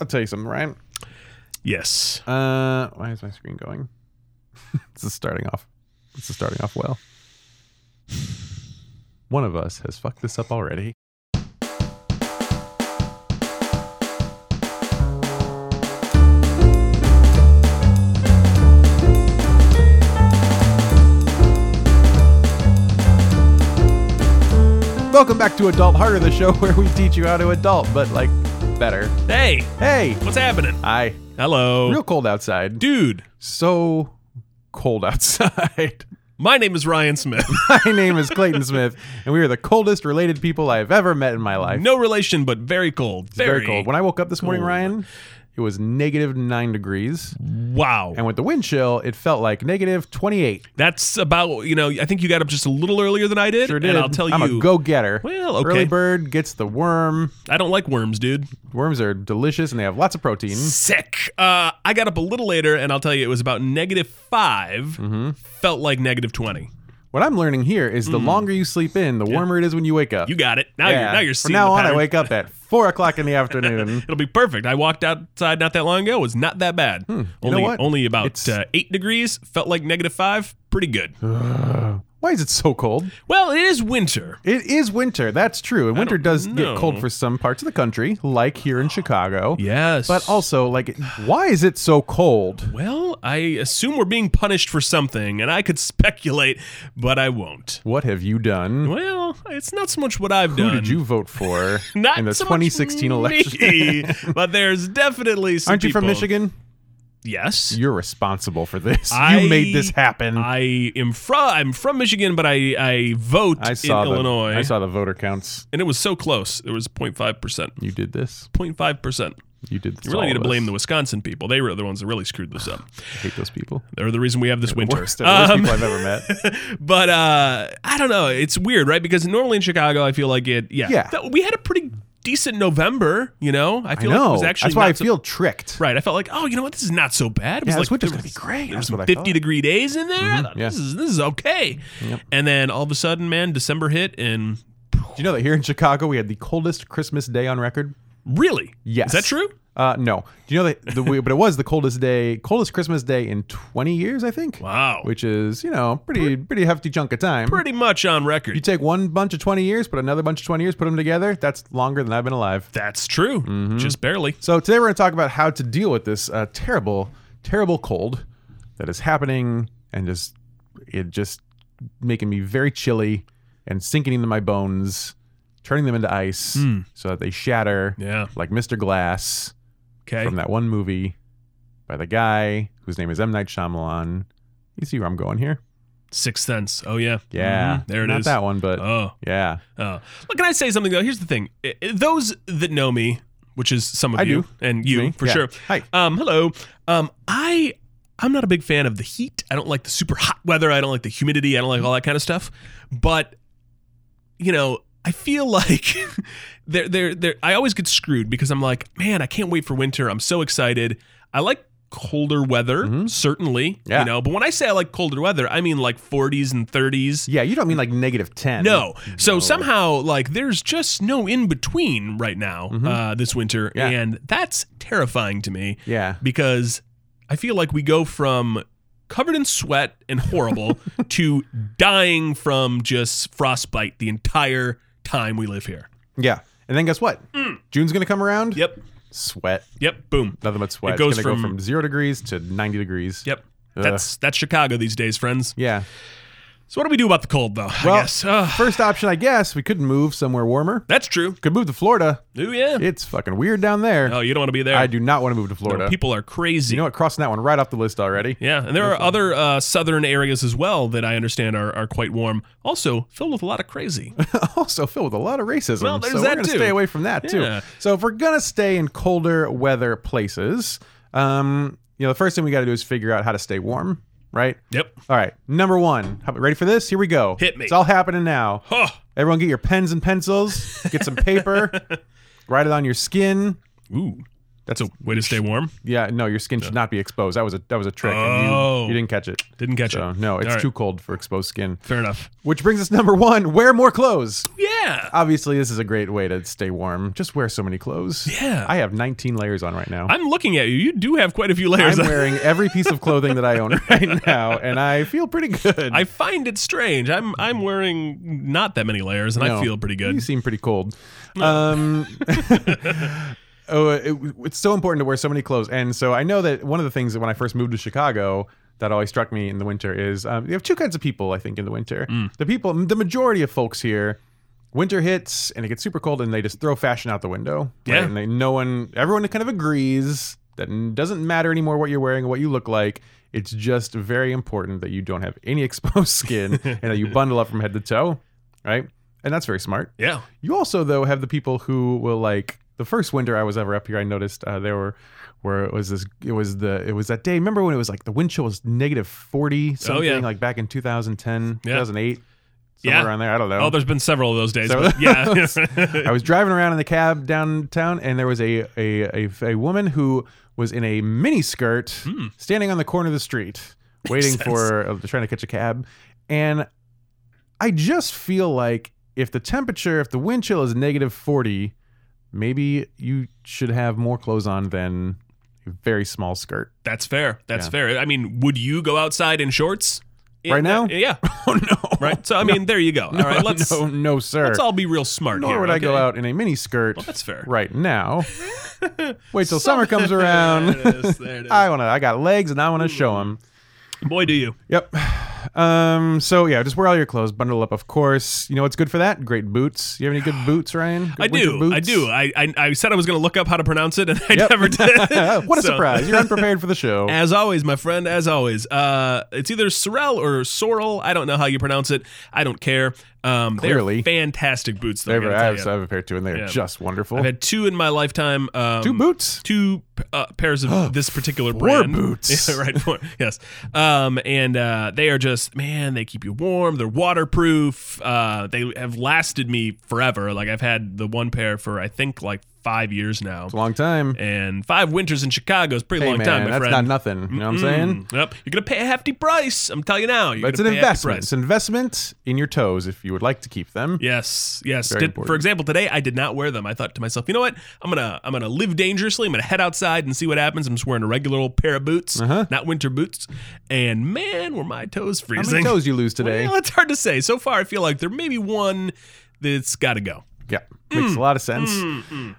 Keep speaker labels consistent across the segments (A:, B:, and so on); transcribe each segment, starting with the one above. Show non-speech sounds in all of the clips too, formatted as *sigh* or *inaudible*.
A: I'll tell you something, right?
B: Yes.
A: Uh, why is my screen going? *laughs* this is starting off. This is starting off well. One of us has fucked this up already. Welcome back to Adult Harder, the show *laughs* where we teach you how to adult, but like better.
B: Hey,
A: Hey,
B: what's happening?
A: hi.
B: Hello.
A: Real cold outside.
B: Dude,
A: so cold outside. *laughs*
B: my name is Ryan Smith.
A: my name is Clayton Smith, and we are the coldest related people I've ever met in my life.
B: no relation, but very cold.
A: It's very cold. When I woke up this morning,
B: cold.
A: Ryan, it was negative nine degrees,
B: wow.
A: and with the wind chill, it felt like negative twenty-eight.
B: That's about, you know, I think you got up just a little earlier than I did.
A: Sure did.
B: And I'll tell
A: I'm
B: you,
A: a go-getter.
B: Well, okay.
A: Early bird gets the worm.
B: I don't like worms, dude.
A: Worms are delicious, and they have lots of protein.
B: Sick. Uh, I got up a little later, and I'll tell you, it was about negative five.
A: Mm-hmm.
B: Felt like negative 20.
A: What I'm learning here is the longer you sleep in, the warmer it is when you wake up.
B: Hmm. You got it. Now you're, now you're
A: From
B: seeing
A: now
B: the
A: on, I
B: pattern.
A: wake up at four o'clock in the afternoon.
B: *laughs* It'll be perfect. I walked outside not that long ago. It was not that bad.
A: Hmm. You
B: only
A: know what?
B: only about
A: It's-
B: uh, eight degrees. Felt like negative five. Pretty good.
A: Why is it so cold?
B: Well, it is winter.
A: It is winter. That's true. And winter does
B: know.
A: get cold for some parts of the country, like here in Chicago.
B: Yes.
A: But also, like, why is it so cold?
B: Well, I assume we're being punished for something, and I could speculate, but I won't.
A: What have you done?
B: Well, it's not so much what I've
A: Who
B: done.
A: did you vote for
B: *laughs* Not
A: in the
B: so much
A: 2016 election?
B: me, *laughs* but there's definitely
A: *laughs*
B: some
A: Aren't you from
B: people-
A: Michigan?
B: Yes.
A: You're responsible for this.
B: I-
A: you made this happen. I,
B: I am from I'm from Michigan, but I I vote
A: saw
B: in
A: the
B: Illinois,
A: I saw the voter counts.
B: and it was so close. It was 0.5 percent,
A: You did this.
B: 0.5 percent.
A: You did this.
B: You really
A: all
B: need to
A: of
B: blame
A: us.
B: the Wisconsin people. They were the ones that really screwed this up.
A: I hate those people.
B: They're the reason we have this winter.
A: Worst, worst
B: Um,
A: people I've ever met.
B: but uh, I don't know. It's weird, right? Because normally in Chicago, I feel like it. Yeah,
A: Yeah.
B: that- we had a pretty decent November. You know, *laughs* I
A: I
B: feel like it
A: know.
B: was actually
A: that's why
B: not
A: I
B: so-
A: feel tricked.
B: right. I felt like, oh, you know what? This is not so bad. It was
A: Yeah,
B: like
A: this winter's
B: there
A: gonna
B: was-
A: be great.
B: There was
A: That's
B: some
A: what I
B: fifty
A: thought. Mm-hmm.
B: degree days in there. I thought,
A: yeah.
B: This is this is okay.
A: Yep.
B: And then all of a sudden, man, December hit, and
A: Do you know that here in Chicago we had the coldest Christmas day on record?
B: really,
A: Yes.
B: is that true?
A: Uh, no. Do you know that? The, we- but it was the coldest day, coldest Christmas day in 20 years, I think.
B: Wow,
A: Which is, you know, pretty pretty hefty chunk of time.
B: pretty much on record.
A: You take one bunch of 20 years, put another bunch of 20 years, put them together. That's longer than I've been alive.
B: That's true.
A: mm-hmm.
B: Just barely.
A: So today we're going to talk about how to deal with this uh, terrible, terrible cold that is happening and just it just making me very chilly and sinking into my bones, turning them into ice so that they shatter
B: Mm. Yeah.
A: like Mr. Glass.
B: Okay.
A: from that one movie by the guy whose name is M Night Shyamalan. You see where I'm going here?
B: Sixth Sense. Oh yeah.
A: Yeah,
B: Mhm. Mm-hmm. There it is.
A: Not that one, but
B: Oh.
A: yeah,
B: Oh, look, can I say something though? Here's the thing: I- I- those that know me, which is some of
A: I
B: you
A: do.
B: and you
A: Me?
B: for
A: Yeah.
B: sure.
A: Hi.
B: Um, hello. Um, I I'm not a big fan of the heat. I don't like the super hot weather. I don't like the humidity. I don't like all that kind of stuff. But you know, I feel *laughs* like there there there. I always get screwed because I'm like, man, I can't wait for winter. I'm so excited. I like colder weather certainly
A: Mm-hmm. Yeah.
B: you know but when i say i like colder weather i mean like 40s and 30s
A: yeah. You don't mean like negative ten?
B: no. So somehow, like, there's just no in between right now uh, this winter,
A: Yeah.
B: and that's terrifying to me
A: Yeah.
B: because I feel like we go from covered in sweat and *laughs* horrible to dying from just frostbite the entire time we live here.
A: Yeah. And then guess what? June's gonna come around.
B: Hmm. Yep.
A: Sweat.
B: Yep. Boom.
A: Nothing but sweat.
B: It goes
A: it's gonna
B: from-
A: go from zero degrees to ninety degrees.
B: Yep. That's that's Chicago these days, friends.
A: Yeah.
B: So what do we do about the cold, though? I
A: Well,
B: guess Ugh.
A: First option, I guess, we could move somewhere warmer.
B: that's true.
A: Could move to Florida.
B: Oh yeah.
A: It's fucking weird down there.
B: Oh, you don't want to be there.
A: I do not want to move to Florida.
B: People are crazy.
A: you know what? Crossing that one right off the list already.
B: Yeah, and there are other uh, southern areas as well that I understand are, are quite warm, also filled with a lot of
A: *laughs*
B: crazy.
A: also filled with a lot of racism.
B: Well, there's
A: so
B: that
A: we're gonna
B: too.
A: stay away from that
B: Yeah.
A: too. So if we're gonna stay in colder weather places, um, you know, the first thing we got to do is figure out how to stay warm, right?
B: yep.
A: All right, number one. How- Ready for this? Here we go.
B: Hit me.
A: It's all happening now.
B: Huh.
A: Everyone, get your pens and pencils. Get some
B: *laughs*
A: paper. write it on your skin.
B: Ooh, that's a way to stay warm.
A: Yeah, no, your skin should not be exposed. That was a that was a trick. and you-
B: Oh.
A: you, didn't catch it.
B: Didn't catch
A: So
B: it.
A: no, it's
B: All right.
A: too cold for exposed skin.
B: Fair enough.
A: Which brings us to number one: wear more clothes.
B: Yeah. Yeah.
A: Obviously, this is a great way to stay warm. Just wear so many clothes.
B: Yeah.
A: I have 19 layers on right now.
B: I'm looking at you. You do have quite a few layers.
A: I'm
B: on.
A: wearing every piece of clothing that I own right now, and I feel pretty good.
B: *laughs* I find it strange. I'm I'm wearing not that many layers, and I
A: No.
B: feel pretty
A: You
B: good.
A: seem pretty cold.
B: *laughs*
A: Um, oh, it, it's so important to wear so many clothes. And so I know that one of the things that when I first moved to Chicago that always struck me in the winter is um, you have two kinds of people, I think, in the winter.
B: Mm.
A: The people, the majority of folks here, winter hits and it gets super cold and they just throw fashion out the window.
B: Yeah.
A: And they, no one, everyone kind of agrees that it doesn't matter anymore what you're wearing or what you look like. It's just very important that you don't have any *laughs* exposed
B: *laughs*
A: skin and that you bundle up from head to toe, right? And that's very smart.
B: Yeah.
A: You also though have the people who will like the first winter I was ever up here. I noticed uh, there were where it was this. It was the it was that day. Remember when it was like the wind chill was negative forty something
B: Oh, yeah.
A: like back in 2010,
B: Yeah.
A: 2008, somewhere
B: Yeah.
A: around there. I don't know.
B: Oh, there's been several of those days.
A: Several- *laughs*
B: but yeah.
A: I was driving around in the cab downtown, and there was a a, a, a woman who was in a mini skirt,
B: Hmm.
A: standing on the corner of the
B: *laughs*
A: street, waiting for uh, trying to catch a cab. And I just feel like if the temperature, if the wind chill is negative forty, maybe you should have more clothes on than a very small skirt.
B: *laughs* That's fair. That's
A: Yeah.
B: fair. I mean, would you go outside in shorts In
A: Right now?
B: that- yeah.
A: *laughs* Oh no!
B: Right. So I mean, there you go. All
A: *laughs*
B: right. Let's
A: no, no, sir.
B: let's all be real smart.
A: Nor
B: here,
A: would I go
B: okay?
A: out in a mini skirt
B: Well, that's fair.
A: right now.
B: *laughs*
A: Wait till summer comes around.
B: there it is. There it is.
A: I want to. I got legs, and I want to show them. *laughs*
B: Boy, do you.
A: Yep. Um. So yeah, just wear all your clothes, bundle up. Of course, you know what's good for that? Great boots. You have any
B: *sighs*
A: good boots, Ryan? Good
B: I
A: winter
B: do.
A: Boots?
B: I do. *laughs* I, I I said I was going to look up how to pronounce it, and I
A: Yep.
B: never
A: *laughs*
B: did.
A: what a
B: So,
A: surprise! You're unprepared for the
B: *laughs*
A: show.
B: As always, my friend, as always, uh, it's either Sorel or Sorrel. I don't know how you pronounce it. I don't care. Um, they're
A: Clearly.
B: fantastic boots. Though, I
A: They've-
B: gotta
A: I
B: tell
A: have,
B: you.
A: I have a pair too, and they're
B: Yeah.
A: just wonderful.
B: I've had two in my lifetime. Um,
A: Two boots.
B: two uh, pairs of this particular
A: Oh, four
B: brand.
A: boots.
B: Yeah, *laughs* right. Four. Yes. Um, and uh, they are just man. They keep you warm. They're waterproof. Uh, they have lasted me forever. Like I've had the one pair for I think like five years now.
A: It's a long time.
B: And five winters in Chicago is a pretty
A: Hey
B: long
A: man,
B: time, my
A: that's
B: friend.
A: not nothing. You know what I'm saying?
B: Mm, Yep. You're gonna pay a hefty price. I'm telling you now. You're
A: It's an
B: gonna pay a hefty
A: investment.
B: price.
A: It's an investment in your toes if you would like to keep them.
B: Yes, yes.
A: Very
B: Did-
A: important.
B: for example, today I did not wear them. I thought to myself, you know what? I'm gonna I'm gonna live dangerously. I'm gonna head outside and see what happens. I'm just wearing a regular old pair of boots, not winter boots. And man, were my toes
A: Uh-huh. How
B: freezing.
A: many
B: *laughs*
A: toes you lose today?
B: Well, it's hard to say. So far, I feel like there may be one that's got to go.
A: Yeah, makes
B: Mm,
A: a lot of sense.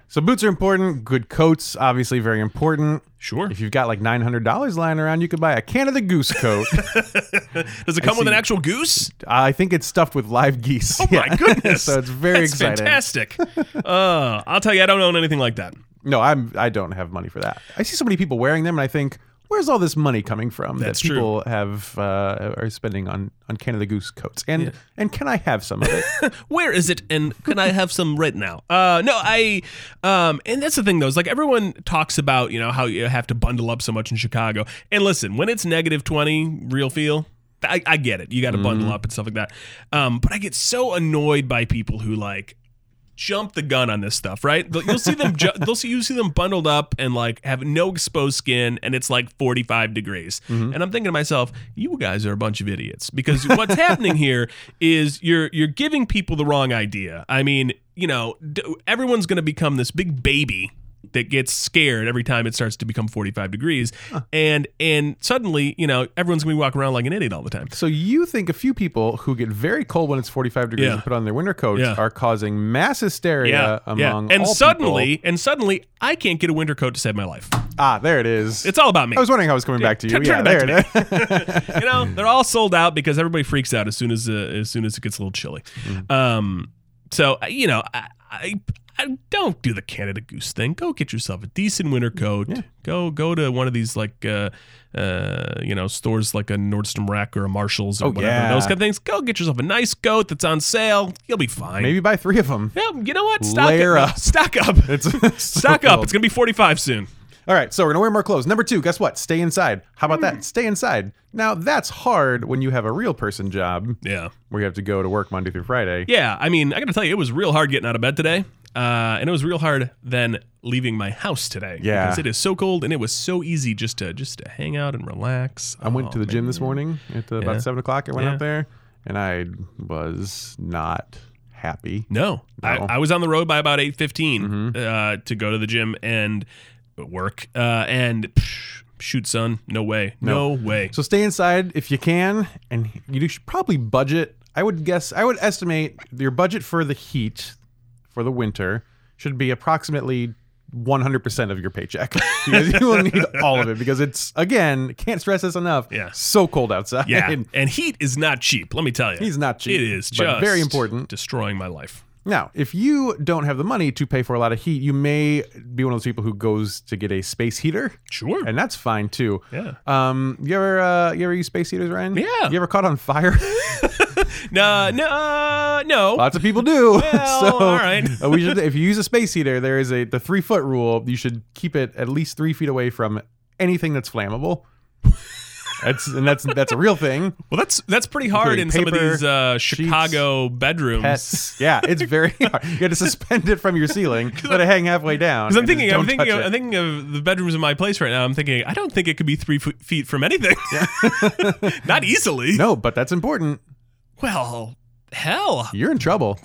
A: So boots are important. Good coats, obviously, very important.
B: Sure.
A: If you've got like nine hundred dollars lying around, you could buy a Canada Goose coat.
B: Does it come with an
A: see.
B: actual
A: *laughs*
B: goose?
A: I think it's stuffed with live geese. Oh
B: My
A: *laughs*
B: goodness.
A: so it's very
B: That's
A: exciting.
B: fantastic. *laughs* uh, I'll tell you, I don't own anything like that.
A: No, I'm I don't have money for that. I see so many people wearing them, and I think, where's all this money coming from
B: That's
A: that
B: true.
A: people have uh, are spending on on Canada Goose coats? And and can I have some of it?
B: where is it and can i have some right now uh no i um and that's the thing though is like everyone talks about you know how you have to bundle up so much in chicago and listen when it's negative 20 real feel i, I get it you got to bundle up and stuff like that um but i get so annoyed by people who like jump the gun on this stuff right They'll- you'll see them
A: *laughs*
B: ju- they'll see you see them bundled up and like have no exposed skin and it's like 45 degrees
A: Mm-hmm.
B: and i'm thinking to myself you guys are a bunch of idiots because what's happening here is you're you're giving people the wrong idea i mean you know d- everyone's going to become this big baby that gets scared every time it starts to become 45 degrees and and suddenly you know everyone's going to be walking around like an idiot all the time
A: So you think a few people who get very cold when it's 45 degrees
B: Yeah.
A: and put on their winter coats
B: Yeah.
A: are causing mass hysteria among
B: and
A: all
B: suddenly
A: people.
B: and suddenly i can't get a winter coat to save my life
A: ah, there it is.
B: it's all about me
A: I was wondering how it was coming back to you.
B: Turn
A: Yeah,
B: it
A: there
B: back
A: it is. *laughs*
B: you know they're all sold out because everybody freaks out as soon as uh, as soon as it gets a little chilly.
A: Mm-hmm.
B: Um, so uh, you know, I, I, I don't do the Canada Goose thing. Go get yourself a decent winter
A: Mm,
B: coat. Go go to one of these like uh, uh, you know stores like a Nordstrom Rack or a Marshalls or
A: Oh,
B: whatever
A: yeah.
B: those kind of things. Go get yourself a nice coat that's on sale. You'll be fine.
A: Maybe buy three of them.
B: Yeah, you know what? Stock
A: Layer
B: up.
A: up. *laughs*
B: Stock up.
A: It's so
B: Stock up.
A: cold.
B: It's gonna be forty five soon.
A: All right, so we're gonna wear more clothes. Number two, guess what? Stay inside. How about
B: Hmm.
A: that? Stay inside. Now that's hard when you have a real person job
B: Yeah.
A: where you have to go to work Monday through Friday.
B: Yeah, I mean, I gotta tell you, it was real hard getting out of bed today. Uh, and it was real hard then leaving my house today.
A: Yeah.
B: Because it is so cold and it was so easy just to just to hang out and relax. Oh.
A: I went to the gym this morning at uh,
B: Yeah.
A: about seven o'clock. I went
B: Yeah.
A: out there, and I was not happy.
B: No, I,
A: No.
B: I was on the road by about eight
A: Mhm.
B: uh, to go to the gym and work. Uh, and psh, shoot, son, no way, no, way.
A: So stay inside if you can, and you should probably budget. I would guess, I would estimate your budget for the heat for the winter should be approximately 100% of your paycheck. *laughs* because you will need all of it because it's, again, can't stress this enough.
B: Yeah.
A: So cold outside.
B: yeah, and, heat is not cheap. Let me tell
A: *laughs*
B: you,
A: He's not cheap.
B: It is
A: but
B: just
A: very important.
B: destroying my life.
A: Now, if you don't have the money to pay for a lot of heat, you may be one of those people who goes to get a space heater,
B: Sure.
A: and that's fine too.
B: yeah.
A: Um, you ever uh, you ever use space heaters, Ryan?
B: Yeah.
A: You ever caught on fire?
B: No, no, no.
A: Lots of people do. *laughs*
B: Well,
A: so,
B: all right.
A: uh, we should, if you use a space heater, there is a the three foot rule. You should keep it at least three feet away from anything that's flammable. That's and that's that's a real thing.
B: Well, that's that's pretty hard
A: Including
B: in some of
A: paper,
B: these uh, Chicago bedrooms.
A: Pets. *laughs* Yeah, it's very hard. You got to suspend it from your
B: *laughs*
A: ceiling, let it hang halfway down.
B: Because I'm
A: and just
B: thinking, I'm
A: don't
B: thinking,
A: touch
B: of,
A: it.
B: I'm thinking of the bedrooms in my place right now. I'm thinking, I don't think it could be three foot, feet from anything. *laughs* Not easily.
A: No, but that's important.
B: Well, hell.
A: You're in trouble.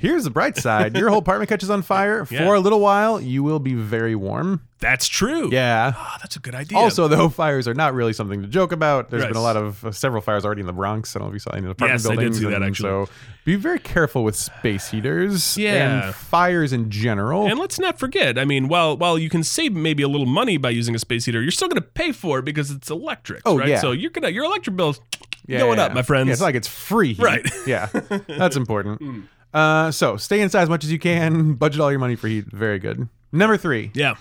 A: Here's the bright side. Your whole apartment catches on fire.
B: *laughs* Yeah.
A: For a little while, you will be very warm.
B: That's true.
A: Yeah.
B: Ah, that's a good idea.
A: Also, *laughs* though, fires are not really something to joke about. There's
B: Right.
A: been a lot of uh, several fires already in the Bronx. I don't know if you saw any in apartment
B: Yes, I did
A: buildings.
B: see that,
A: and
B: actually.
A: So be very careful with space heaters
B: Yeah.
A: and fires in general.
B: and let's not forget, I mean, while while you can save maybe a little money by using a space heater, you're still going to pay for it because it's electric,
A: Oh,
B: right?
A: yeah.
B: So you're gonna your electric bills
A: Yeah,
B: going
A: yeah,
B: up,
A: yeah.
B: my friends.
A: Yeah, it's not like it's free. heat.
B: Right.
A: *laughs*
B: Mm.
A: Yeah. That's
B: *laughs*
A: important. Uh, so stay inside as much as you can. *laughs* Budget all your money for heat. Very good. Number three,
B: yeah,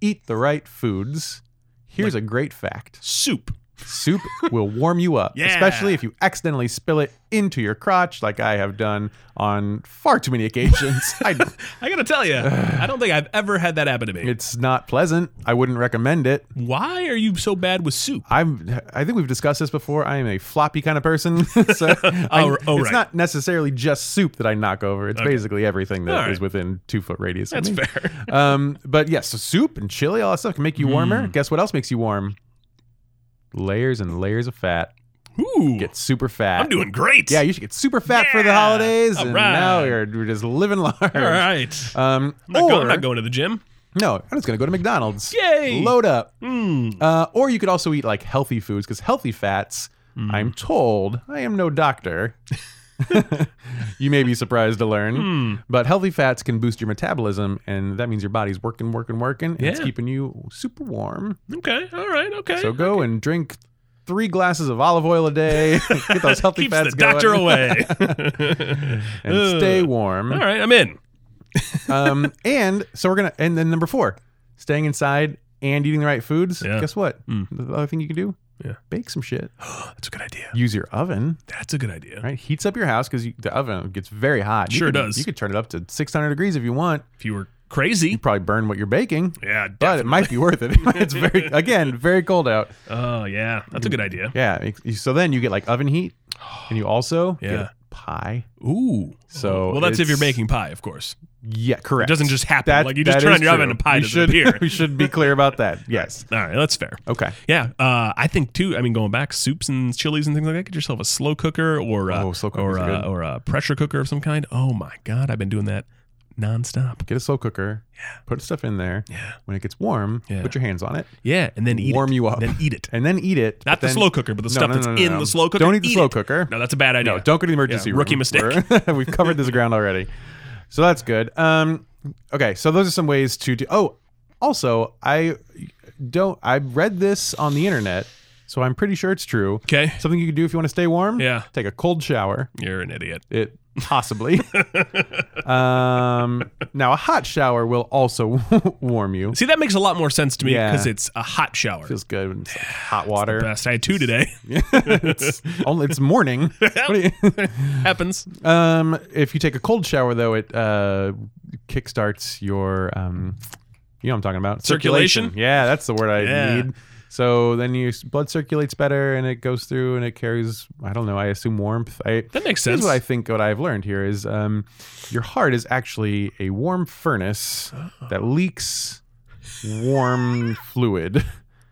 A: eat the right foods. Here's a great fact.
B: soup.
A: Soup will warm you up,
B: Yeah.
A: especially if you accidentally spill it into your crotch, like I have done on far too many
B: *laughs*
A: occasions. I,
B: I gotta
A: *sighs*
B: tell you, I don't think I've ever had that happen to me.
A: it's not pleasant. I wouldn't recommend it.
B: Why are you so bad with soup?
A: I'm. I think we've discussed this before. I am a floppy kind of person. *laughs* so
B: *laughs*
A: I-
B: Oh, oh,
A: it's
B: right.
A: not necessarily just soup that I knock over. It's basically everything that is
B: All right.
A: within two foot radius.
B: That's
A: of me.
B: fair.
A: *laughs* Um, but yes, so soup and chili, all that stuff can make you
B: Hmm.
A: warmer. Guess what else makes you warm? Layers and layers of fat.
B: Ooh,
A: Get super fat.
B: I'm doing great.
A: Yeah, you should get super fat for the
B: Yeah.
A: holidays,
B: All
A: and
B: right.
A: now you're, you're just living *laughs* large.
B: All right.
A: Um,
B: I'm not,
A: or,
B: go- I'm not going to the gym.
A: No, I'm just gonna go to McDonald's.
B: Yay!
A: Load up.
B: Mm.
A: Uh, or you could also eat like healthy foods because healthy fats.
B: Mm.
A: I'm told I am no
B: *laughs*
A: doctor. you may be surprised to learn,
B: Hmm.
A: but healthy fats can boost your metabolism, and that means your body's working, working, working, and it's
B: Yeah.
A: keeping you super warm.
B: Okay. All right. Okay.
A: So go and drink three glasses of olive oil a
B: *laughs*
A: day. Get those healthy
B: Keeps
A: fats
B: the doctor
A: going,
B: away.
A: *laughs* and stay warm.
B: *laughs* All right. I'm in. *laughs*
A: um, and so we're gonna and then number four, staying inside and eating the right foods.
B: Yeah.
A: Guess what?
B: Mm.
A: The other thing you can do,
B: Yeah.
A: bake some shit.
B: That's a good idea.
A: Use your oven,
B: That's a good idea.
A: right? Heats up your house because you, the oven gets very hot. You
B: Sure
A: could-
B: does.
A: You could turn it up to 600 degrees if you want.
B: If you were crazy.
A: You probably burn what you're baking,
B: Yeah.
A: but it
B: definitely.
A: might be worth it. *laughs*
B: *laughs*
A: it's very again very cold out.
B: Oh yeah. That's a good idea.
A: Yeah. it- So then you get like oven heat, and you also get
B: Yeah.
A: a pie.
B: Ooh.
A: So
B: well, that's if you're
A: it's-
B: making pie, of course.
A: Yeah, correct.
B: It doesn't just happen.
A: That-
B: like you just
A: that
B: turn
A: is
B: on your oven
A: true.
B: and pie
A: we
B: doesn't
A: should,
B: appear.
A: *laughs* We should be clear about that. Yes.
B: All *laughs* right. That's fair.
A: Okay.
B: Yeah, uh, I think too. I mean, going back, soups and chilies and things like that. Get yourself a slow cooker or a,
A: Oh, slow
B: or,
A: cookers are
B: a,
A: good.
B: or a pressure cooker of some kind. Oh my god, I've been doing that nonstop.
A: Get a slow cooker. Yeah. Put stuff in there.
B: Yeah.
A: When it gets warm,
B: Yeah.
A: put your hands on it
B: Yeah, and then eat
A: Warm
B: it.
A: you up.
B: Then eat it.
A: and then eat it. but
B: Not the
A: then-
B: slow cooker, but the
A: No,
B: stuff
A: no,
B: that's
A: no, no,
B: in
A: no.
B: the slow cooker.
A: Don't eat the
B: Eat
A: slow
B: it.
A: cooker.
B: No, that's a bad idea.
A: No, don't go to the emergency
B: Yeah,
A: room.
B: rookie mistake.
A: We're- *laughs* We've covered this ground already. So that's good. Um, okay, so those are some ways to do. Oh, also, I don't. I read this on the internet, so I'm pretty sure it's true.
B: Okay.
A: Something you can do if you want to stay warm.
B: Yeah,
A: Take a cold shower.
B: you're an idiot.
A: It
B: *laughs*
A: possibly. um, now a hot shower will also *laughs* warm you.
B: See, that makes a lot more sense to me
A: Yeah.
B: because it's a hot shower.
A: Feels good when it's like hot water.
B: Best. I had
A: *laughs*
B: two today.
A: it's only it's morning.
B: *laughs*
A: What do you- *laughs*
B: Happens.
A: Um, if you take a cold shower, though, it uh, kickstarts your, um, you know, what I'm talking about
B: Circulation?
A: Yeah, that's the word I
B: Yeah.
A: need. So then your s- blood circulates better, and it goes through, and it carries. I don't know. I assume warmth. I
B: That makes
A: here's
B: sense.
A: what I think. What I've learned here is, um, your heart is actually a warm furnace that leaks warm fluid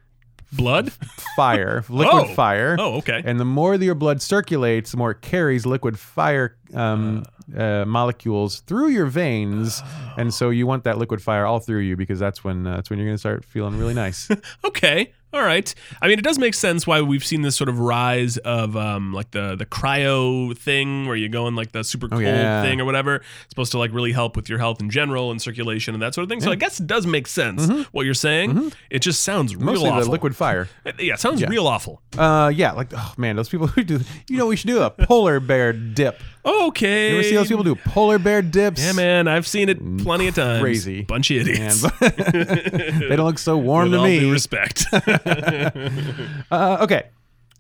A: *laughs*
B: Blood?
A: fire, liquid
B: Oh.
A: fire.
B: Oh, okay.
A: And the more that your blood circulates, the more it carries liquid fire um, uh, molecules through your veins, and so you want that liquid fire all through you because that's when uh, that's when you're going to start feeling really nice.
B: *laughs* Okay. All right. I mean, it does make sense why we've seen this sort of rise of um, like the the cryo thing where you go in like the super cold
A: Oh, yeah.
B: thing or whatever. It's supposed to like really help with your health in general and circulation and that sort of thing. So I guess it does make sense what you're saying. It just sounds real
A: Mm-hmm. Mostly
B: awful. Uh,
A: the liquid fire.
B: yeah, it sounds real awful.
A: Uh, yeah, like oh man, those people who do. You know, we should do a polar bear dip.
B: Okay.
A: You ever see those people do polar bear dips?
B: Yeah, man, I've seen it plenty of times.
A: Crazy.
B: bunch of
A: Man, *laughs*
B: idiots.
A: but- they don't look so warm
B: *laughs* With
A: to
B: all
A: me. *laughs*
B: due respect.
A: Uh, okay.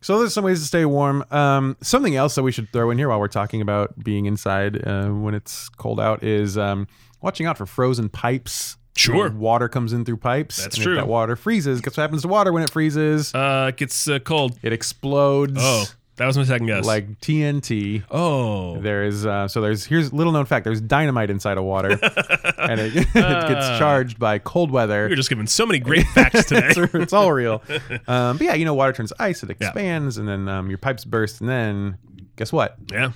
A: So there's some ways to stay warm. Um, something else that we should throw in here while we're talking about being inside uh, when it's cold out is um, watching out for frozen pipes.
B: Sure.
A: Uh, Water comes in through pipes.
B: That's
A: and
B: true.
A: If that water freezes. Guess what happens to water when it freezes?
B: uh, it gets uh, cold.
A: it explodes
B: Oh, that was my second guess.
A: like TNT.
B: oh,
A: There is uh, so there's here's little known fact. There's dynamite inside of
B: *laughs*
A: water, and it, *laughs* it gets charged by cold weather.
B: Ah. You're just giving so many great facts
A: *laughs*
B: today.
A: it's, it's all
B: *laughs*
A: real. Um, but yeah, you know, water turns ice, it expands, and then um, your pipes burst, and then guess what?
B: yeah.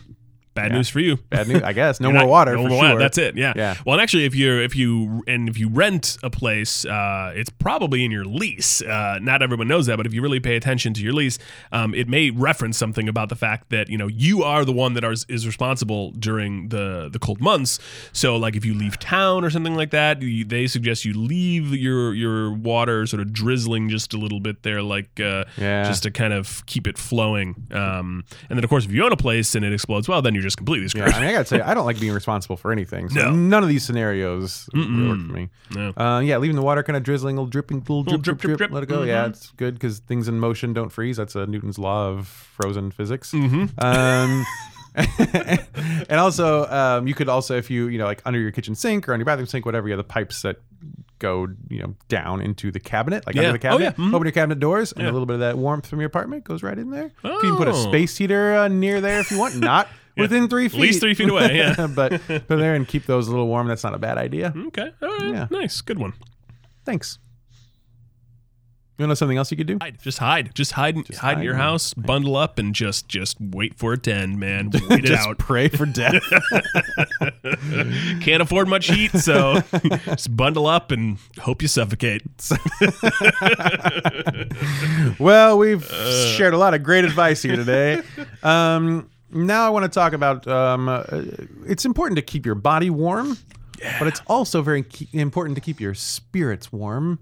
B: Bad news for you.
A: Bad news, I guess. No
B: You're
A: more
B: not-
A: water
B: no
A: for
B: more
A: sure.
B: water. That's it. Yeah.
A: Yeah.
B: Well, and actually, if you're if you and if you rent a place, uh, it's probably in your lease. Uh, not everyone knows that, but if you really pay attention to your lease, um, it may reference something about the fact that you know you are the one that are, is responsible during the the cold months. So, like if you leave town or something like that, you, they suggest you leave your your water sort of drizzling just a little bit there, like uh,
A: Yeah.
B: just to kind of keep it flowing. Um, and then, of course, if you own a place and it explodes, well, then you're just completely screwed.
A: Yeah,
B: *laughs*
A: I mean, I gotta tell you, I don't like being responsible for anything. So
B: No.
A: none of these scenarios work for me.
B: No.
A: Uh, yeah, leaving the water kind of drizzling, little dripping, little drip, drip, drip,
B: drip, drip, drip. Mm-hmm.
A: Let it go. Yeah, it's good because things in motion don't freeze. That's uh, Newton's law of frozen physics.
B: Mm-hmm.
A: Um, *laughs* and also, um, you could also, if you you know, like under your kitchen sink or on your bathroom sink, whatever, you have the pipes that go you know down into the cabinet, like
B: Yeah.
A: under the
B: Oh,
A: cabinet.
B: yeah. Mhm.
A: Open your cabinet doors, and a little bit of that warmth from your apartment goes right in there. You can put a space heater uh, near there if you want,
B: *laughs*
A: not within three feet,
B: Oh. At least three feet away, yeah.
A: *laughs* but put it there and keep those a little warm. That's not a bad idea.
B: Okay. All right.
A: Yeah.
B: Nice. Good one.
A: Thanks. You know something else you could do?
B: Hide. Just hide. Just hide. hide, in
A: hide,
B: your
A: man.
B: house. Bundle up and just just wait for it to
A: *laughs*
B: end, man. Wait it
A: Just
B: out.
A: pray for death.
B: *laughs* Can't afford much heat,
A: *laughs*
B: so just bundle up and hope you suffocate.
A: *laughs* well, we've shared a lot of great advice here today. Um, now I want to talk about. Um, uh, it's important to keep your body warm, but it's also very ke- important to keep your spirits warm.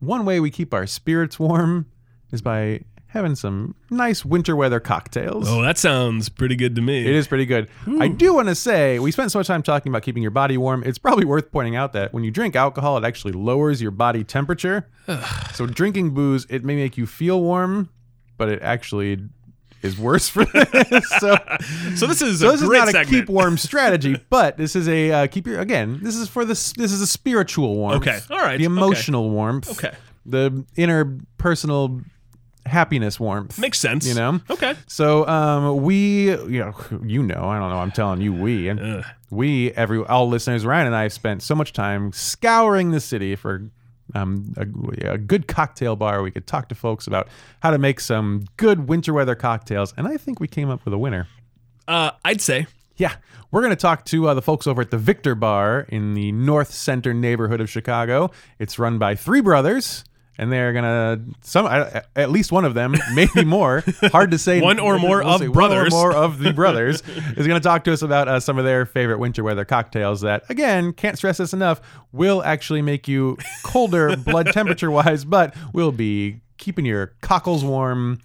A: One way we keep our spirits warm is by having some nice winter weather cocktails.
B: Oh, that sounds pretty good to me.
A: It is pretty good. I do want to say we spent so much time talking about keeping your body warm. It's probably worth pointing out that when you drink alcohol, it actually lowers your body temperature. so drinking booze, it may make you feel warm, but it actually is worse for *laughs* this. so,
B: So this is
A: so
B: a
A: this is
B: great
A: not a
B: segment.
A: keep
B: *laughs*
A: warm strategy, but this is a uh, keep your again. This is for this. This is a spiritual warmth.
B: Okay. All right.
A: The
B: Okay.
A: emotional warmth.
B: Okay.
A: The inner personal happiness warmth.
B: Makes sense.
A: You know.
B: Okay.
A: So um, we, you know, you know, I don't know. I'm telling you, we and we, every all listeners, Ryan and I spent so much time scouring the city for um, a, a good cocktail bar. We could talk to folks about how to make some good winter weather cocktails, and I think we came up with a winner.
B: Uh, I'd say.
A: Yeah, we're going to talk to uh, the folks over at the Victor Bar in the North Center neighborhood of Chicago. It's run by three brothers, and they're going to some I- at least one of them, *laughs* maybe more. Hard to say.
B: One or more of
A: say
B: brothers.
A: One or more
B: *laughs*
A: of the brothers is going to talk to us about uh, some of their favorite winter weather cocktails. That again, can't stress this enough, will actually make you
B: *laughs*
A: colder blood temperature wise, but will be keeping your cockles warm.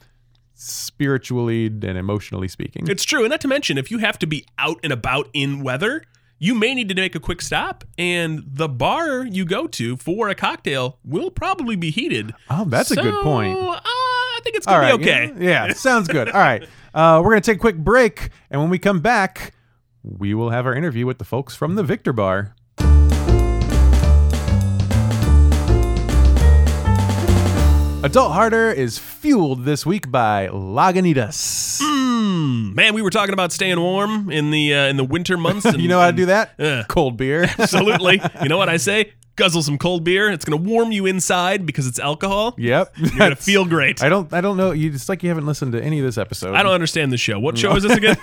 A: Spiritually and emotionally speaking,
B: It's true. And not to mention, if you have to be out and about in weather, you may need to make a quick stop, and the bar you go to for a cocktail will probably be heated.
A: Oh, that's a good
B: So,
A: point.
B: Uh, I think it's
A: All
B: gonna
A: right.
B: be okay.
A: Yeah, yeah, sounds good. All right. Uh, we're going to take a quick break. And when we come back, we will have our interview with the folks from the Victor Bar. Adult Harder is fueled this week by Lagunitas.
B: Hmm. man, we were talking about staying
A: *laughs*
B: warm in the uh, in the winter months. And,
A: You know how to do that?
B: Yeah. *laughs*
A: Cold beer. *laughs*
B: Absolutely. You know what I say? guzzle some cold beer. It's going to warm you inside because it's alcohol.
A: Yep.
B: You're going to feel great. I,
A: I don't. I don't know. You just like you haven't listened to any of this episode.
B: don't understand this show. What show is this
A: *laughs*
B: again?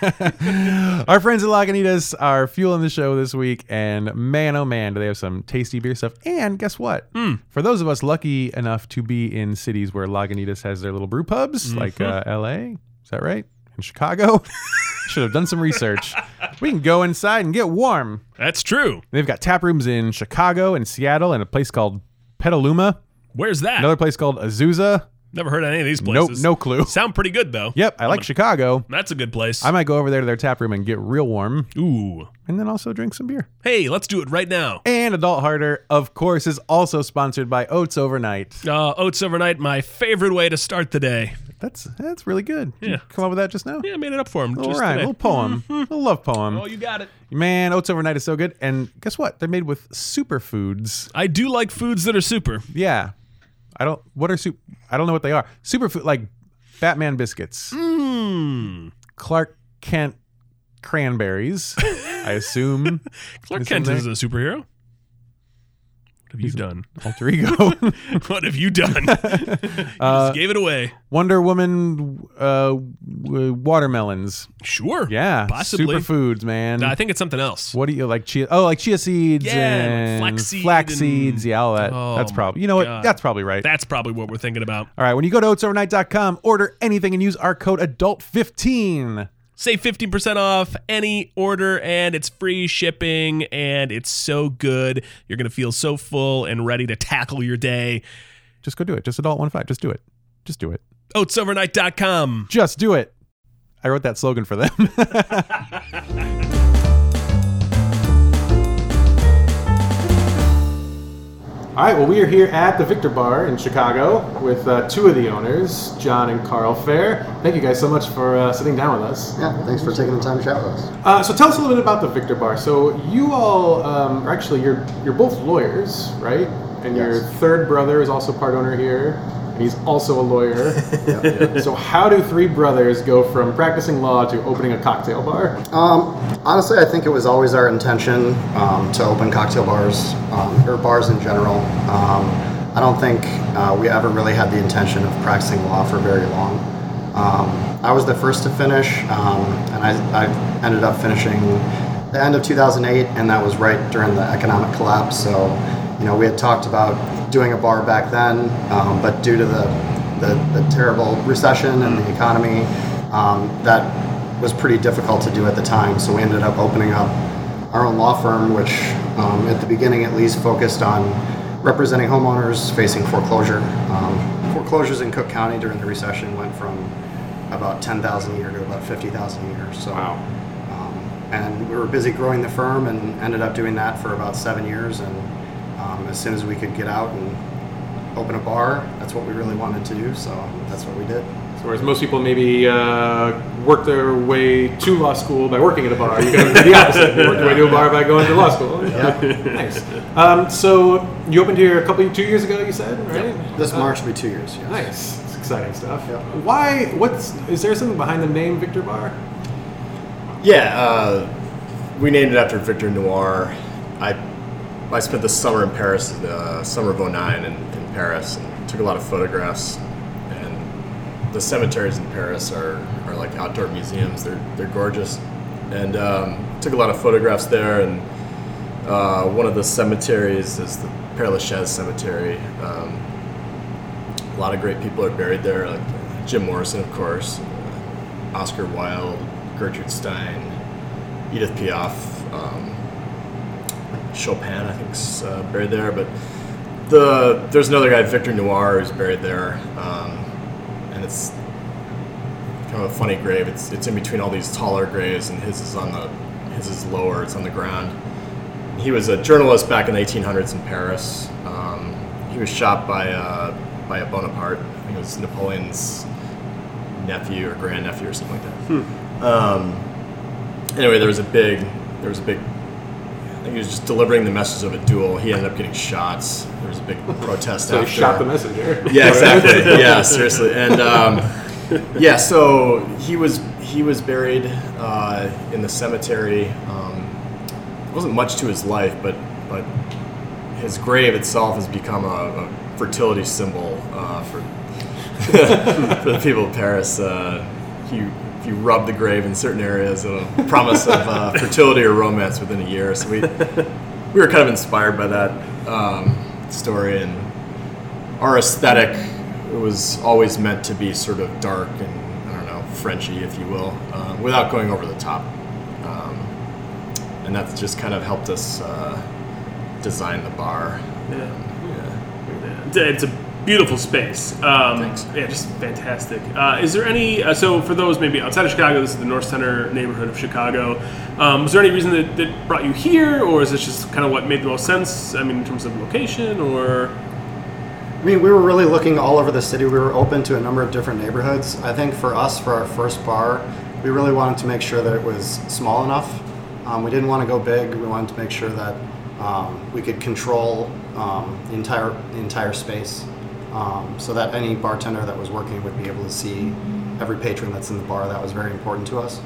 A: Our friends at Lagunitas are fueling the show this week, and man, oh man, do they have some tasty beer stuff. And guess what? For those of us lucky enough to be in cities where Lagunitas has their little brew pubs, like uh, L.A., is that right? In Chicago, *laughs* should have done some research. we can go inside and get warm.
B: That's true.
A: They've got tap rooms in Chicago and Seattle, and a place called Petaluma,
B: Where's that?
A: another place called Azusa.
B: Never heard of any of these
A: Nope,
B: places.
A: no clue.
B: Sound pretty good though.
A: Yep, I like Chicago.
B: That's a good place.
A: I might go over there to their tap room and get real warm,
B: Ooh.
A: and then also drink some beer.
B: Hey, let's do it right now.
A: And Adult Harder, of course, is also sponsored by Oats Overnight.
B: Uh, oats overnight, my favorite way to start the day.
A: That's that's really good. Did
B: Yeah.
A: you come up with that just now?
B: Yeah, I made it up for him.
A: All
B: just
A: right,
B: today.
A: little poem, little love poem.
B: Oh, you got it.
A: Man, Oats Overnight is so good. And guess what? They're made with superfoods.
B: I do like foods that are super.
A: Yeah, I don't. What are soup? I don't know what they are. Superfood like Batman biscuits,
B: Mmm.
A: Clark Kent cranberries. I
B: *laughs*
A: assume
B: Clark
A: Is
B: Kent
A: in
B: is a superhero. What have you done? *laughs*
A: alter ego. *laughs*
B: what have you done? you
A: Uh,
B: just gave it away.
A: Wonder Woman uh, w- watermelons.
B: Sure.
A: Yeah,
B: Possibly.
A: superfoods, man.
B: I think it's something else.
A: What do you like? Chia? Oh, like chia seeds
B: Yeah,
A: and
B: and like flaxseed
A: flax
B: and-
A: seeds. Yeah, all that.
B: Oh
A: that's
B: my
A: probably. You know what?
B: God.
A: That's probably right.
B: That's probably what we're thinking about.
A: all right. When you go to oatsovernight.com, order anything and use our code adult15.
B: Save 15% off any order, and it's free shipping, and it's so good. You're going to feel so full and ready to tackle your day.
A: Just go do it. Just adult15. Just do it. Just do it.
B: Oatsovernight.com.
A: Just do it. I wrote that slogan for them. *laughs* All right, well, we are here at the Victor Bar in Chicago with uh, two of the owners, John and Carl Fair. Thank you guys so much for uh, sitting down with us.
C: Yeah, thanks for taking the time to chat with us.
A: Uh, so tell us a little bit about the Victor Bar. So you all, um, are actually, you're you're both lawyers, right? And your
C: Yes.
A: third brother is also part owner here, and he's also a lawyer. So how do three brothers go from practicing law to opening a cocktail bar?
C: Um, honestly, I think it was always our intention um, to open cocktail bars um, or bars in general. Um, I don't think uh, we ever really had the intention of practicing law for very long. Um, I was the first to finish, um, and I, I ended up finishing the end of 2008, and that was right during the economic collapse. So, you know, we had talked about doing a bar back then, um, but due to the the, the terrible recession and the economy, um, that was pretty difficult to do at the time. So we ended up opening up our own law firm, which um, at the beginning at least focused on representing homeowners facing foreclosure. Um, foreclosures in Cook County during the recession went from about 10,000 a year to about 50,000 a year. So, um, and we were busy growing the firm and ended up doing that for about seven years. And um, as soon as we could get out and open a bar, that's what we really wanted to do. So that's what we did.
A: So whereas most people maybe uh, work their way to law school by working at a bar, you guys did the opposite. You worked your way to a bar by going to law school. *laughs* nice. Um, so you opened here a couple, two years ago, you said, right?
C: This
A: Uh,
C: March will be two years. Yes.
A: Nice. It's exciting stuff.
C: Yep.
A: Why? What's is there something behind the name Victor Bar?
D: Yeah, uh, we named it after Victor Noir. I I spent the summer in Paris, uh, summer of 09 in, in Paris, and took a lot of photographs. And the cemeteries in Paris are, are like outdoor museums. They're they're gorgeous, and um, took a lot of photographs there. And uh, one of the cemeteries is the Père Lachaise Cemetery. Um, a lot of great people are buried there, like Jim Morrison, of course, Oscar Wilde, Gertrude Stein, Edith Piaf, um, Chopin, I think's uh, buried there. But the there's another guy, Victor Noir, who's buried there, um, and it's kind of a funny grave. It's it's in between all these taller graves, and his is on the his is lower. It's on the ground. He was a journalist back in the 1800s in Paris. Um, he was shot by uh, by a Bonaparte. I think it was Napoleon's nephew or grandnephew or something like that.
A: Hmm.
D: Um, anyway, there was a big, there was a big. I think he was just delivering the message of a duel. He ended up getting shot. There was a big protest
A: So
D: after.
A: he shot the messenger. *laughs*
D: Yeah, exactly. yeah, seriously. And um, yeah, so he was he was buried uh, in the cemetery. Um, it wasn't much to his life, but but his grave itself has become a, a fertility symbol uh, for *laughs* for the people of Paris. Uh, if you if you rub the grave in certain areas, it'll promise of uh, fertility or romance within a year. So we we were kind of inspired by that um, story and our aesthetic was always meant to be sort of dark and I don't know Frenchy, if you will, uh, without going over the top. Um, and that's just kind of helped us uh, design the bar.
E: Yeah.
D: Yeah.
E: It's a, it's a beautiful space. Um,
D: Thanks.
E: Yeah, just fantastic. Uh, is there any? Uh, so for those maybe outside of Chicago, this is the North Center neighborhood of Chicago. Um, was there any reason that, that brought you here, or is this just kind of what made the most sense? I mean, in terms of location, or
C: I mean, we were really looking all over the city. We were open to a number of different neighborhoods. I think for us, for our first bar, we really wanted to make sure that it was small enough. Um, we didn't want to go big. We wanted to make sure that um, we could control um, the entire the entire space, um, so that any bartender that was working would be able to see every patron that's in the bar. That was very important to us.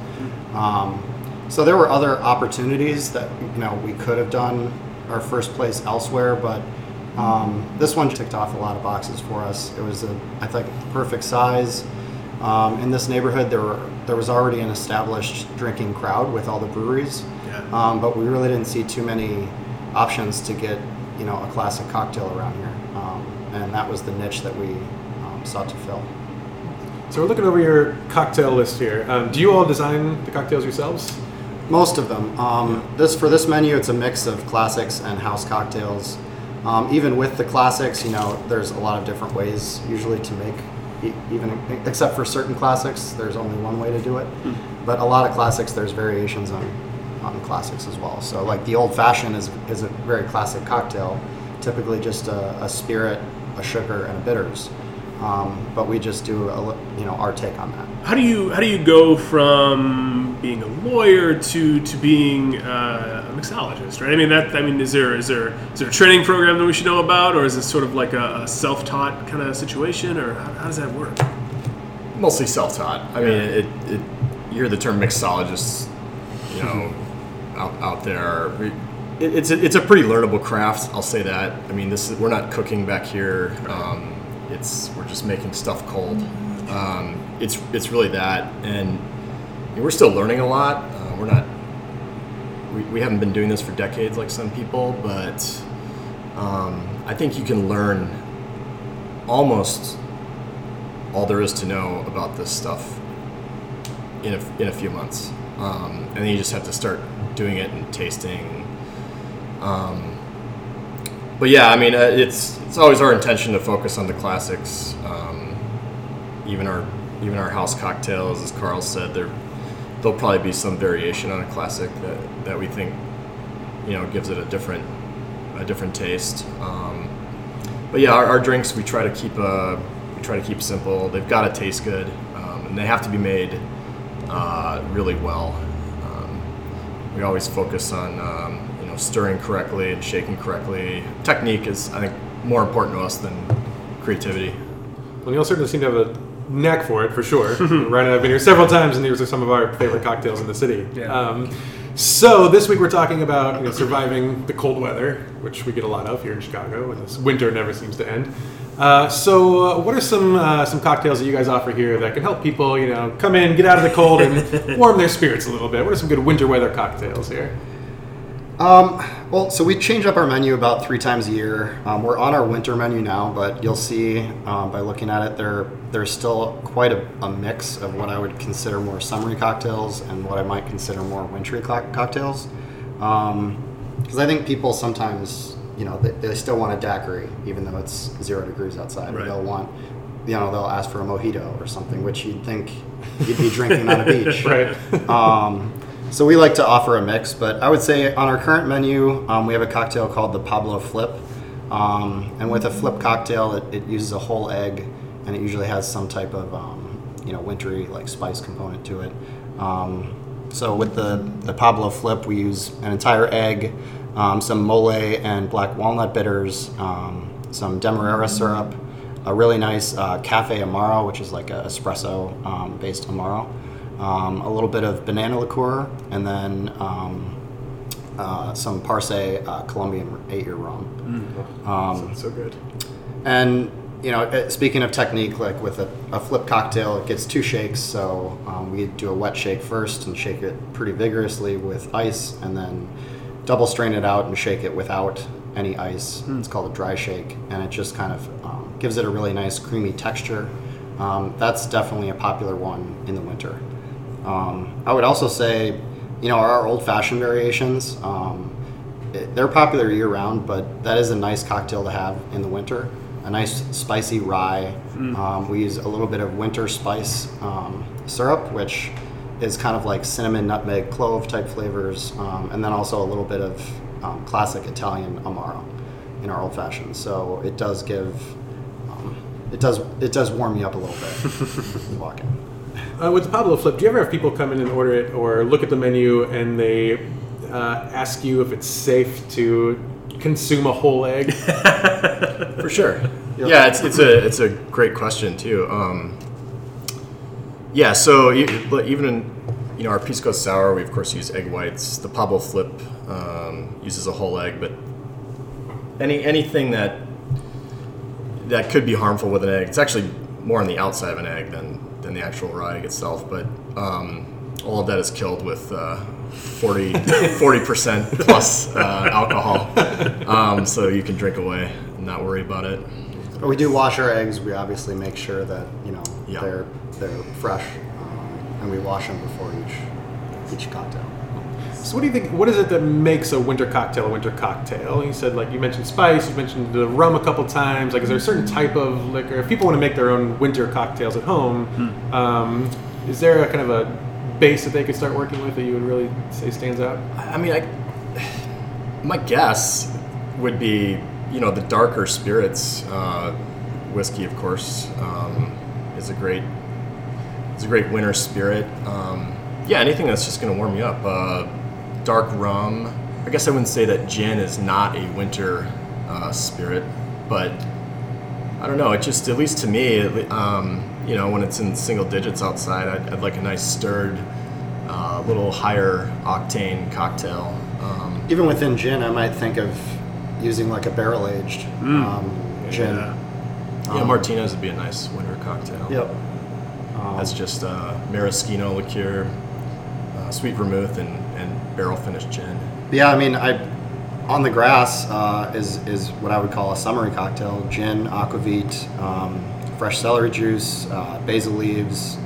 C: Um, so there were other opportunities that you know we could have done our first place elsewhere, but um, this one ticked off a lot of boxes for us. It was a, I think, the perfect size. Um, in this neighborhood, there were there was already an established drinking crowd with all the breweries, um, but we really didn't see too many options to get you know a classic cocktail around here, um, and that was the niche that we um, sought to fill.
F: So we're looking over your cocktail list here. Um, do you all design the cocktails yourselves?
C: Most of them. Um, This for this menu, it's a mix of classics and house cocktails. Um, even with the classics, you know, there's a lot of different ways usually to make. e- Even except for certain classics, there's only one way to do it. But a lot of classics, there's variations on, on classics as well. So like the old fashioned is is a very classic cocktail, typically just a, a spirit, a sugar, and a bitters. Um, but we just do a, li- you know our take on that.
E: how do you how do you go from being a lawyer to to being uh, a mixologist? Right? I mean, that I mean, is there is there is there a training program that we should know about, or is this sort of like a, a self taught kind of situation, or how, how does that work?
D: Mostly self-taught. I mean, it, it you hear the term mixologist, you know, out, out there. It, it's a, it's a pretty learnable craft. I'll say that. I mean, this is, we're not cooking back here. Um, it's we're just making stuff cold. Um, it's it's really that, and you know, we're still learning a lot. Uh, we're not. We, we haven't been doing this for decades like some people, but um, I think you can learn almost all there is to know about this stuff in a, in a few months. Um, and then you just have to start doing it and tasting. Um, but yeah, I mean, uh, it's it's always our intention to focus on the classics. Um, even our even our house cocktails, as Carl said, there there'll probably be some variation on a classic that, that we think you know gives it a different a different taste. Um, but yeah, our, our drinks we try to keep uh, we try to keep simple. They've got to taste good, um, and they have to be made uh, really well. Um, we always focus on um, you know stirring correctly and shaking correctly. Technique is I think more important to us than creativity.
F: Well, y'all certainly seem to have a knack for it, for
D: *laughs*
F: sure. Ryan and I've been here several times, and these are some of our favorite cocktails in the city.
E: Yeah.
F: Um, so this week we're talking about you know, surviving the cold weather, which we get a lot of here in Chicago, and this winter never seems to end. Uh, so, uh, what are some uh, some cocktails that you guys offer here that can help people, you know, come in, get out of the cold,
D: *laughs*
F: and warm their spirits a little bit? What are some good winter weather cocktails here?
C: Um, well, so we change up our menu about three times a year. Um, we're on our winter menu now, but you'll see um, by looking at it, there there's still quite a, a mix of what I would consider more summery cocktails and what I might consider more wintry co- cocktails. Because I think people sometimes, you know, they, they still want a daiquiri even though it's zero degrees outside.
E: Right.
C: They'll want, you know, they'll ask for a mojito or something, which you'd think you'd be drinking on a beach.
F: Right.
C: Um, so we like to offer a mix, but I would say on our current menu, um, we have a cocktail called the Pablo Flip. Um, and with a flip cocktail, it, it uses a whole egg, and it usually has some type of um, you know wintry like spice component to it. Um, so with the the Pablo Flip, we use an entire egg, um, some mole and black walnut bitters, um, some demerara syrup, a really nice uh, cafe amaro, which is like an espresso um, based amaro um, a little bit of banana liqueur, and then um, uh, some Parse uh, Colombian eight year rum.
D: Sounds so good.
C: And you know, it, speaking of technique, like with a, a flip cocktail, it gets two shakes. So um, we do a wet shake first and shake it pretty vigorously with ice, and then double strain it out and shake it without any ice. It's called a dry shake, and it just kind of um, gives it a really nice creamy texture. Um, that's definitely a popular one in the winter. Um, I would also say, you know, our old fashioned variations. Um, it- they're popular year round, but that is a nice cocktail to have in the winter. A nice spicy rye. Um, we use a little bit of winter spice um, syrup, which is kind of like cinnamon, nutmeg, clove type flavors, um, and then also a little bit of um, classic Italian amaro in our old fashioned. So it does give, um, it does it does warm you up a little bit when you walk in.
F: Uh, with the Pablo Flip, do you ever have people come in and order it or look at the menu and they uh, ask you if it's safe to consume a whole egg?
D: For sure. Yeah, it's, it's a it's a great question too. Um, yeah, so e- but even in you know our pisco sour, we of course use egg whites. The Pablo Flip um, uses a whole egg, but any anything that that could be harmful with an egg, it's actually more on the outside of an egg than than the actual raw egg itself. But um, all of that is killed with. Uh, 40 percent plus uh, alcohol, um, *laughs* so you can drink away and not worry about it.
C: But we do wash our eggs. We obviously make sure that you know
D: Yeah.
C: they're they're fresh, um, and we wash them before each each cocktail.
F: So what do you think? What is it that makes a winter cocktail a winter cocktail? You said like you mentioned spice, you mentioned the rum a couple times. Like, is there a certain type of liquor? If people want to make their own winter cocktails at home, um, is there a kind of a base that they could start working with that you would really say stands out?
D: I mean, I, my guess would be, you know, the darker spirits, uh, whiskey, of course, um, is a great, is a great winter spirit. Um, yeah, anything that's just going to warm you up. Uh, dark rum. I guess I wouldn't say that gin is not a winter uh, spirit, but I don't know. It just, at least to me, it, li- um, you know, when it's in single digits outside, I'd, I'd like a nice stirred, uh, little higher octane cocktail. Um,
C: Even within gin, I might think of using like a barrel aged um, gin.
E: Yeah.
D: yeah, Martinez would be a nice winter cocktail.
C: Yep.
D: That's just uh, maraschino liqueur, uh, sweet vermouth, and, and barrel finished gin.
C: Yeah, I mean, I on the grass uh, is is what I would call a summery cocktail: gin, aquavit, um, fresh celery juice, uh, basil leaves,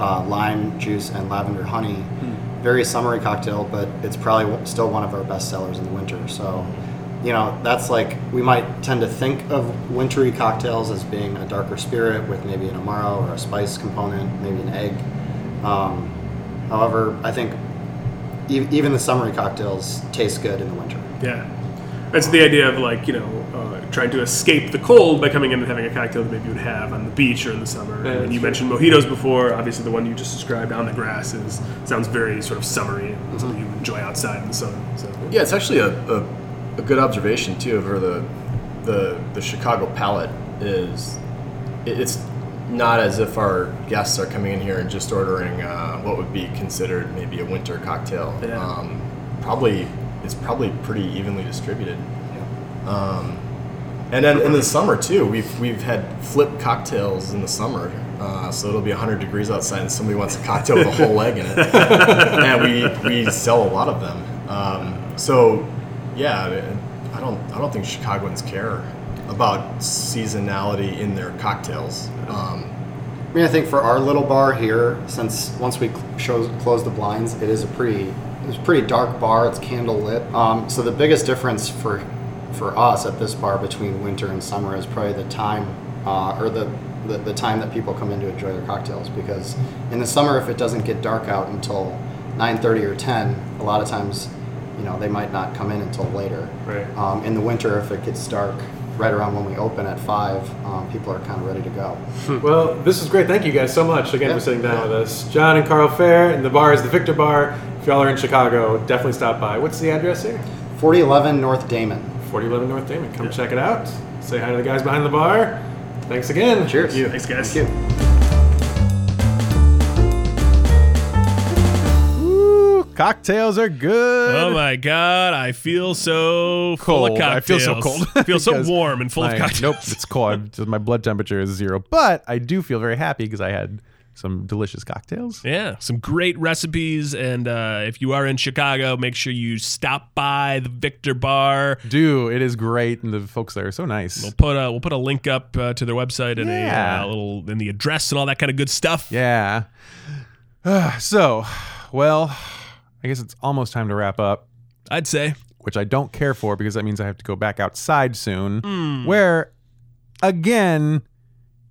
C: uh, lime juice, and lavender honey. Very summery cocktail, but it's probably w- still one of our best sellers in the winter. So, you know, that's like we might tend to think of wintry cocktails as being a darker spirit with maybe an amaro or a spice component, maybe an egg. Um, however, I think E- even the summery cocktails taste good in the winter.
E: Yeah. That's the idea of like you know uh, trying to escape the cold by coming in and having a cocktail that maybe you would have on the beach or in the summer.
F: Yeah,
E: I mean, you
F: sure.
E: mentioned mojitos before. Obviously, the one you just described on the grass is sounds very sort of summery and something you would enjoy outside in the sun. So
D: Yeah, it's actually a, a, a good observation too. Over the the the Chicago palate is it, it's not as if our guests are coming in here and just ordering uh, what would be considered maybe a winter cocktail.
E: Yeah.
D: Um, probably it's probably pretty evenly distributed. Um, and then in the summer too, we've we've had flip cocktails in the summer. Uh, so it'll be 100 degrees outside, and somebody wants a cocktail with a whole leg in it, and we, we sell a lot of them. Um, so yeah, I mean, I don't I don't think Chicagoans care about seasonality in their cocktails. Um,
C: I mean, I think for our little bar here, since once we cl- shows, close the blinds, it is a pretty it's a pretty dark bar. It's candle lit. Um, so the biggest difference for for us at this bar between winter and summer is probably the time uh, or the, the the time that people come in to enjoy their cocktails. Because in the summer, if it doesn't get dark out until 9:30 or 10, a lot of times, you know, they might not come in until later.
F: Right.
C: Um, in the winter, if it gets dark right around when we open at five, um, people are kind of ready to go.
F: Well, this is great. Thank you guys so much again for
C: Yeah.
F: sitting down with us. John and Carl Fair, and the bar is the Victor Bar. If y'all are in Chicago, definitely stop by. What's the address here?
C: 4011 North Damon.
F: 4011 North Damon. Come check it out. Say hi to the guys behind the bar. Thanks again.
C: Cheers.
E: thanks, guys.
C: Thank you.
A: Ooh, Cocktails are good.
B: Oh my god, I feel so full of
A: Cold. I feel
B: cocktails.
A: so cold. *laughs*
B: I *laughs* feel so
A: Because
B: warm and full of
A: My-
B: cocktails.
A: Nope, it's cold. Just my blood temperature is zero, but I do feel very happy because I had some delicious cocktails.
B: Yeah, some great recipes. And uh, if you are in Chicago, make sure you stop by the Victor Bar.
A: Do it is great, and the folks there are so nice.
B: We'll put a we'll put a link up uh, to their website and a
A: Yeah.
B: uh, little and the address and all that kind of good stuff.
A: Yeah. *sighs* so, well, I guess it's almost time to wrap up,
B: I'd say
A: which I don't care for because that means I have to go back outside soon, where again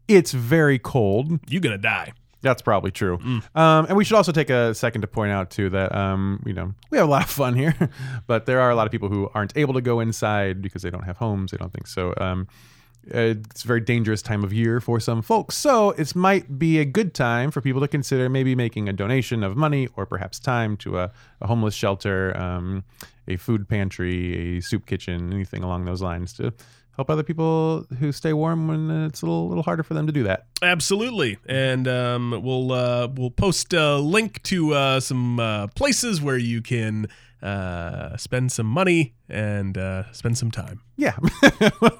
A: it's very cold.
B: you're gonna die.
A: That's probably true. Um, and we should also take a second to point out too that um, you know we have a lot of fun here, *laughs* but there are a lot of people who aren't able to go inside because they don't have homes. They don't think so. Um, uh, it's a very dangerous time of year for some folks, so it might be a good time for people to consider maybe making a donation of money or perhaps time to a, a homeless shelter, um, a food pantry, a soup kitchen, anything along those lines to help other people who stay warm when uh, it's a little, little harder for them to do that.
B: Absolutely, and um, we'll uh, we'll post a link to uh, some uh, places where you can uh, spend some money and uh, spend some time.
A: Yeah. *laughs* well,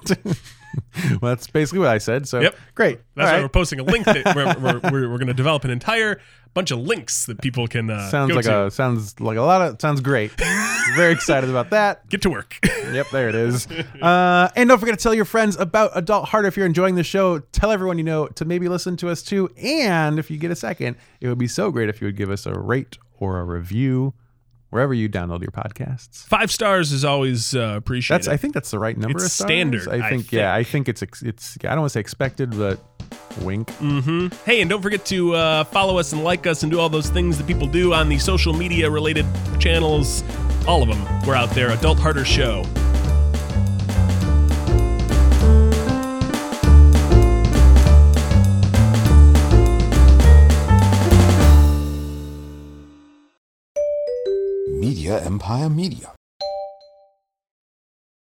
A: that's basically what I said. So
B: Yep.
A: great.
B: That's
A: All
B: why
A: right.
B: we're posting a link that we're, we're, we're, we're going to develop an entire bunch of links that people can uh,
A: sounds
B: go
A: like
B: to.
A: a sounds like a lot of sounds
B: *laughs*
A: great. Very excited about that.
B: Get to work. *laughs*
A: Yep, there it is. Uh, and don't forget to tell your friends about Adult Heart if you're enjoying the show. Tell everyone you know to maybe listen to us too. And if you get a second, it would be so great if you would give us a rate or a review wherever you download your podcasts.
B: Five stars is always uh, appreciated.
A: That's I think that's the right number.
B: It's
A: of stars.
B: standard, I
A: I think yeah. I think it's ex- it's I don't want to say expected, but wink.
B: hey, and don't forget to uh, follow us and like us and do all those things that people do on the social media related channels. All of them. We're out there. Adult Harder Show.
G: Media Empire Media.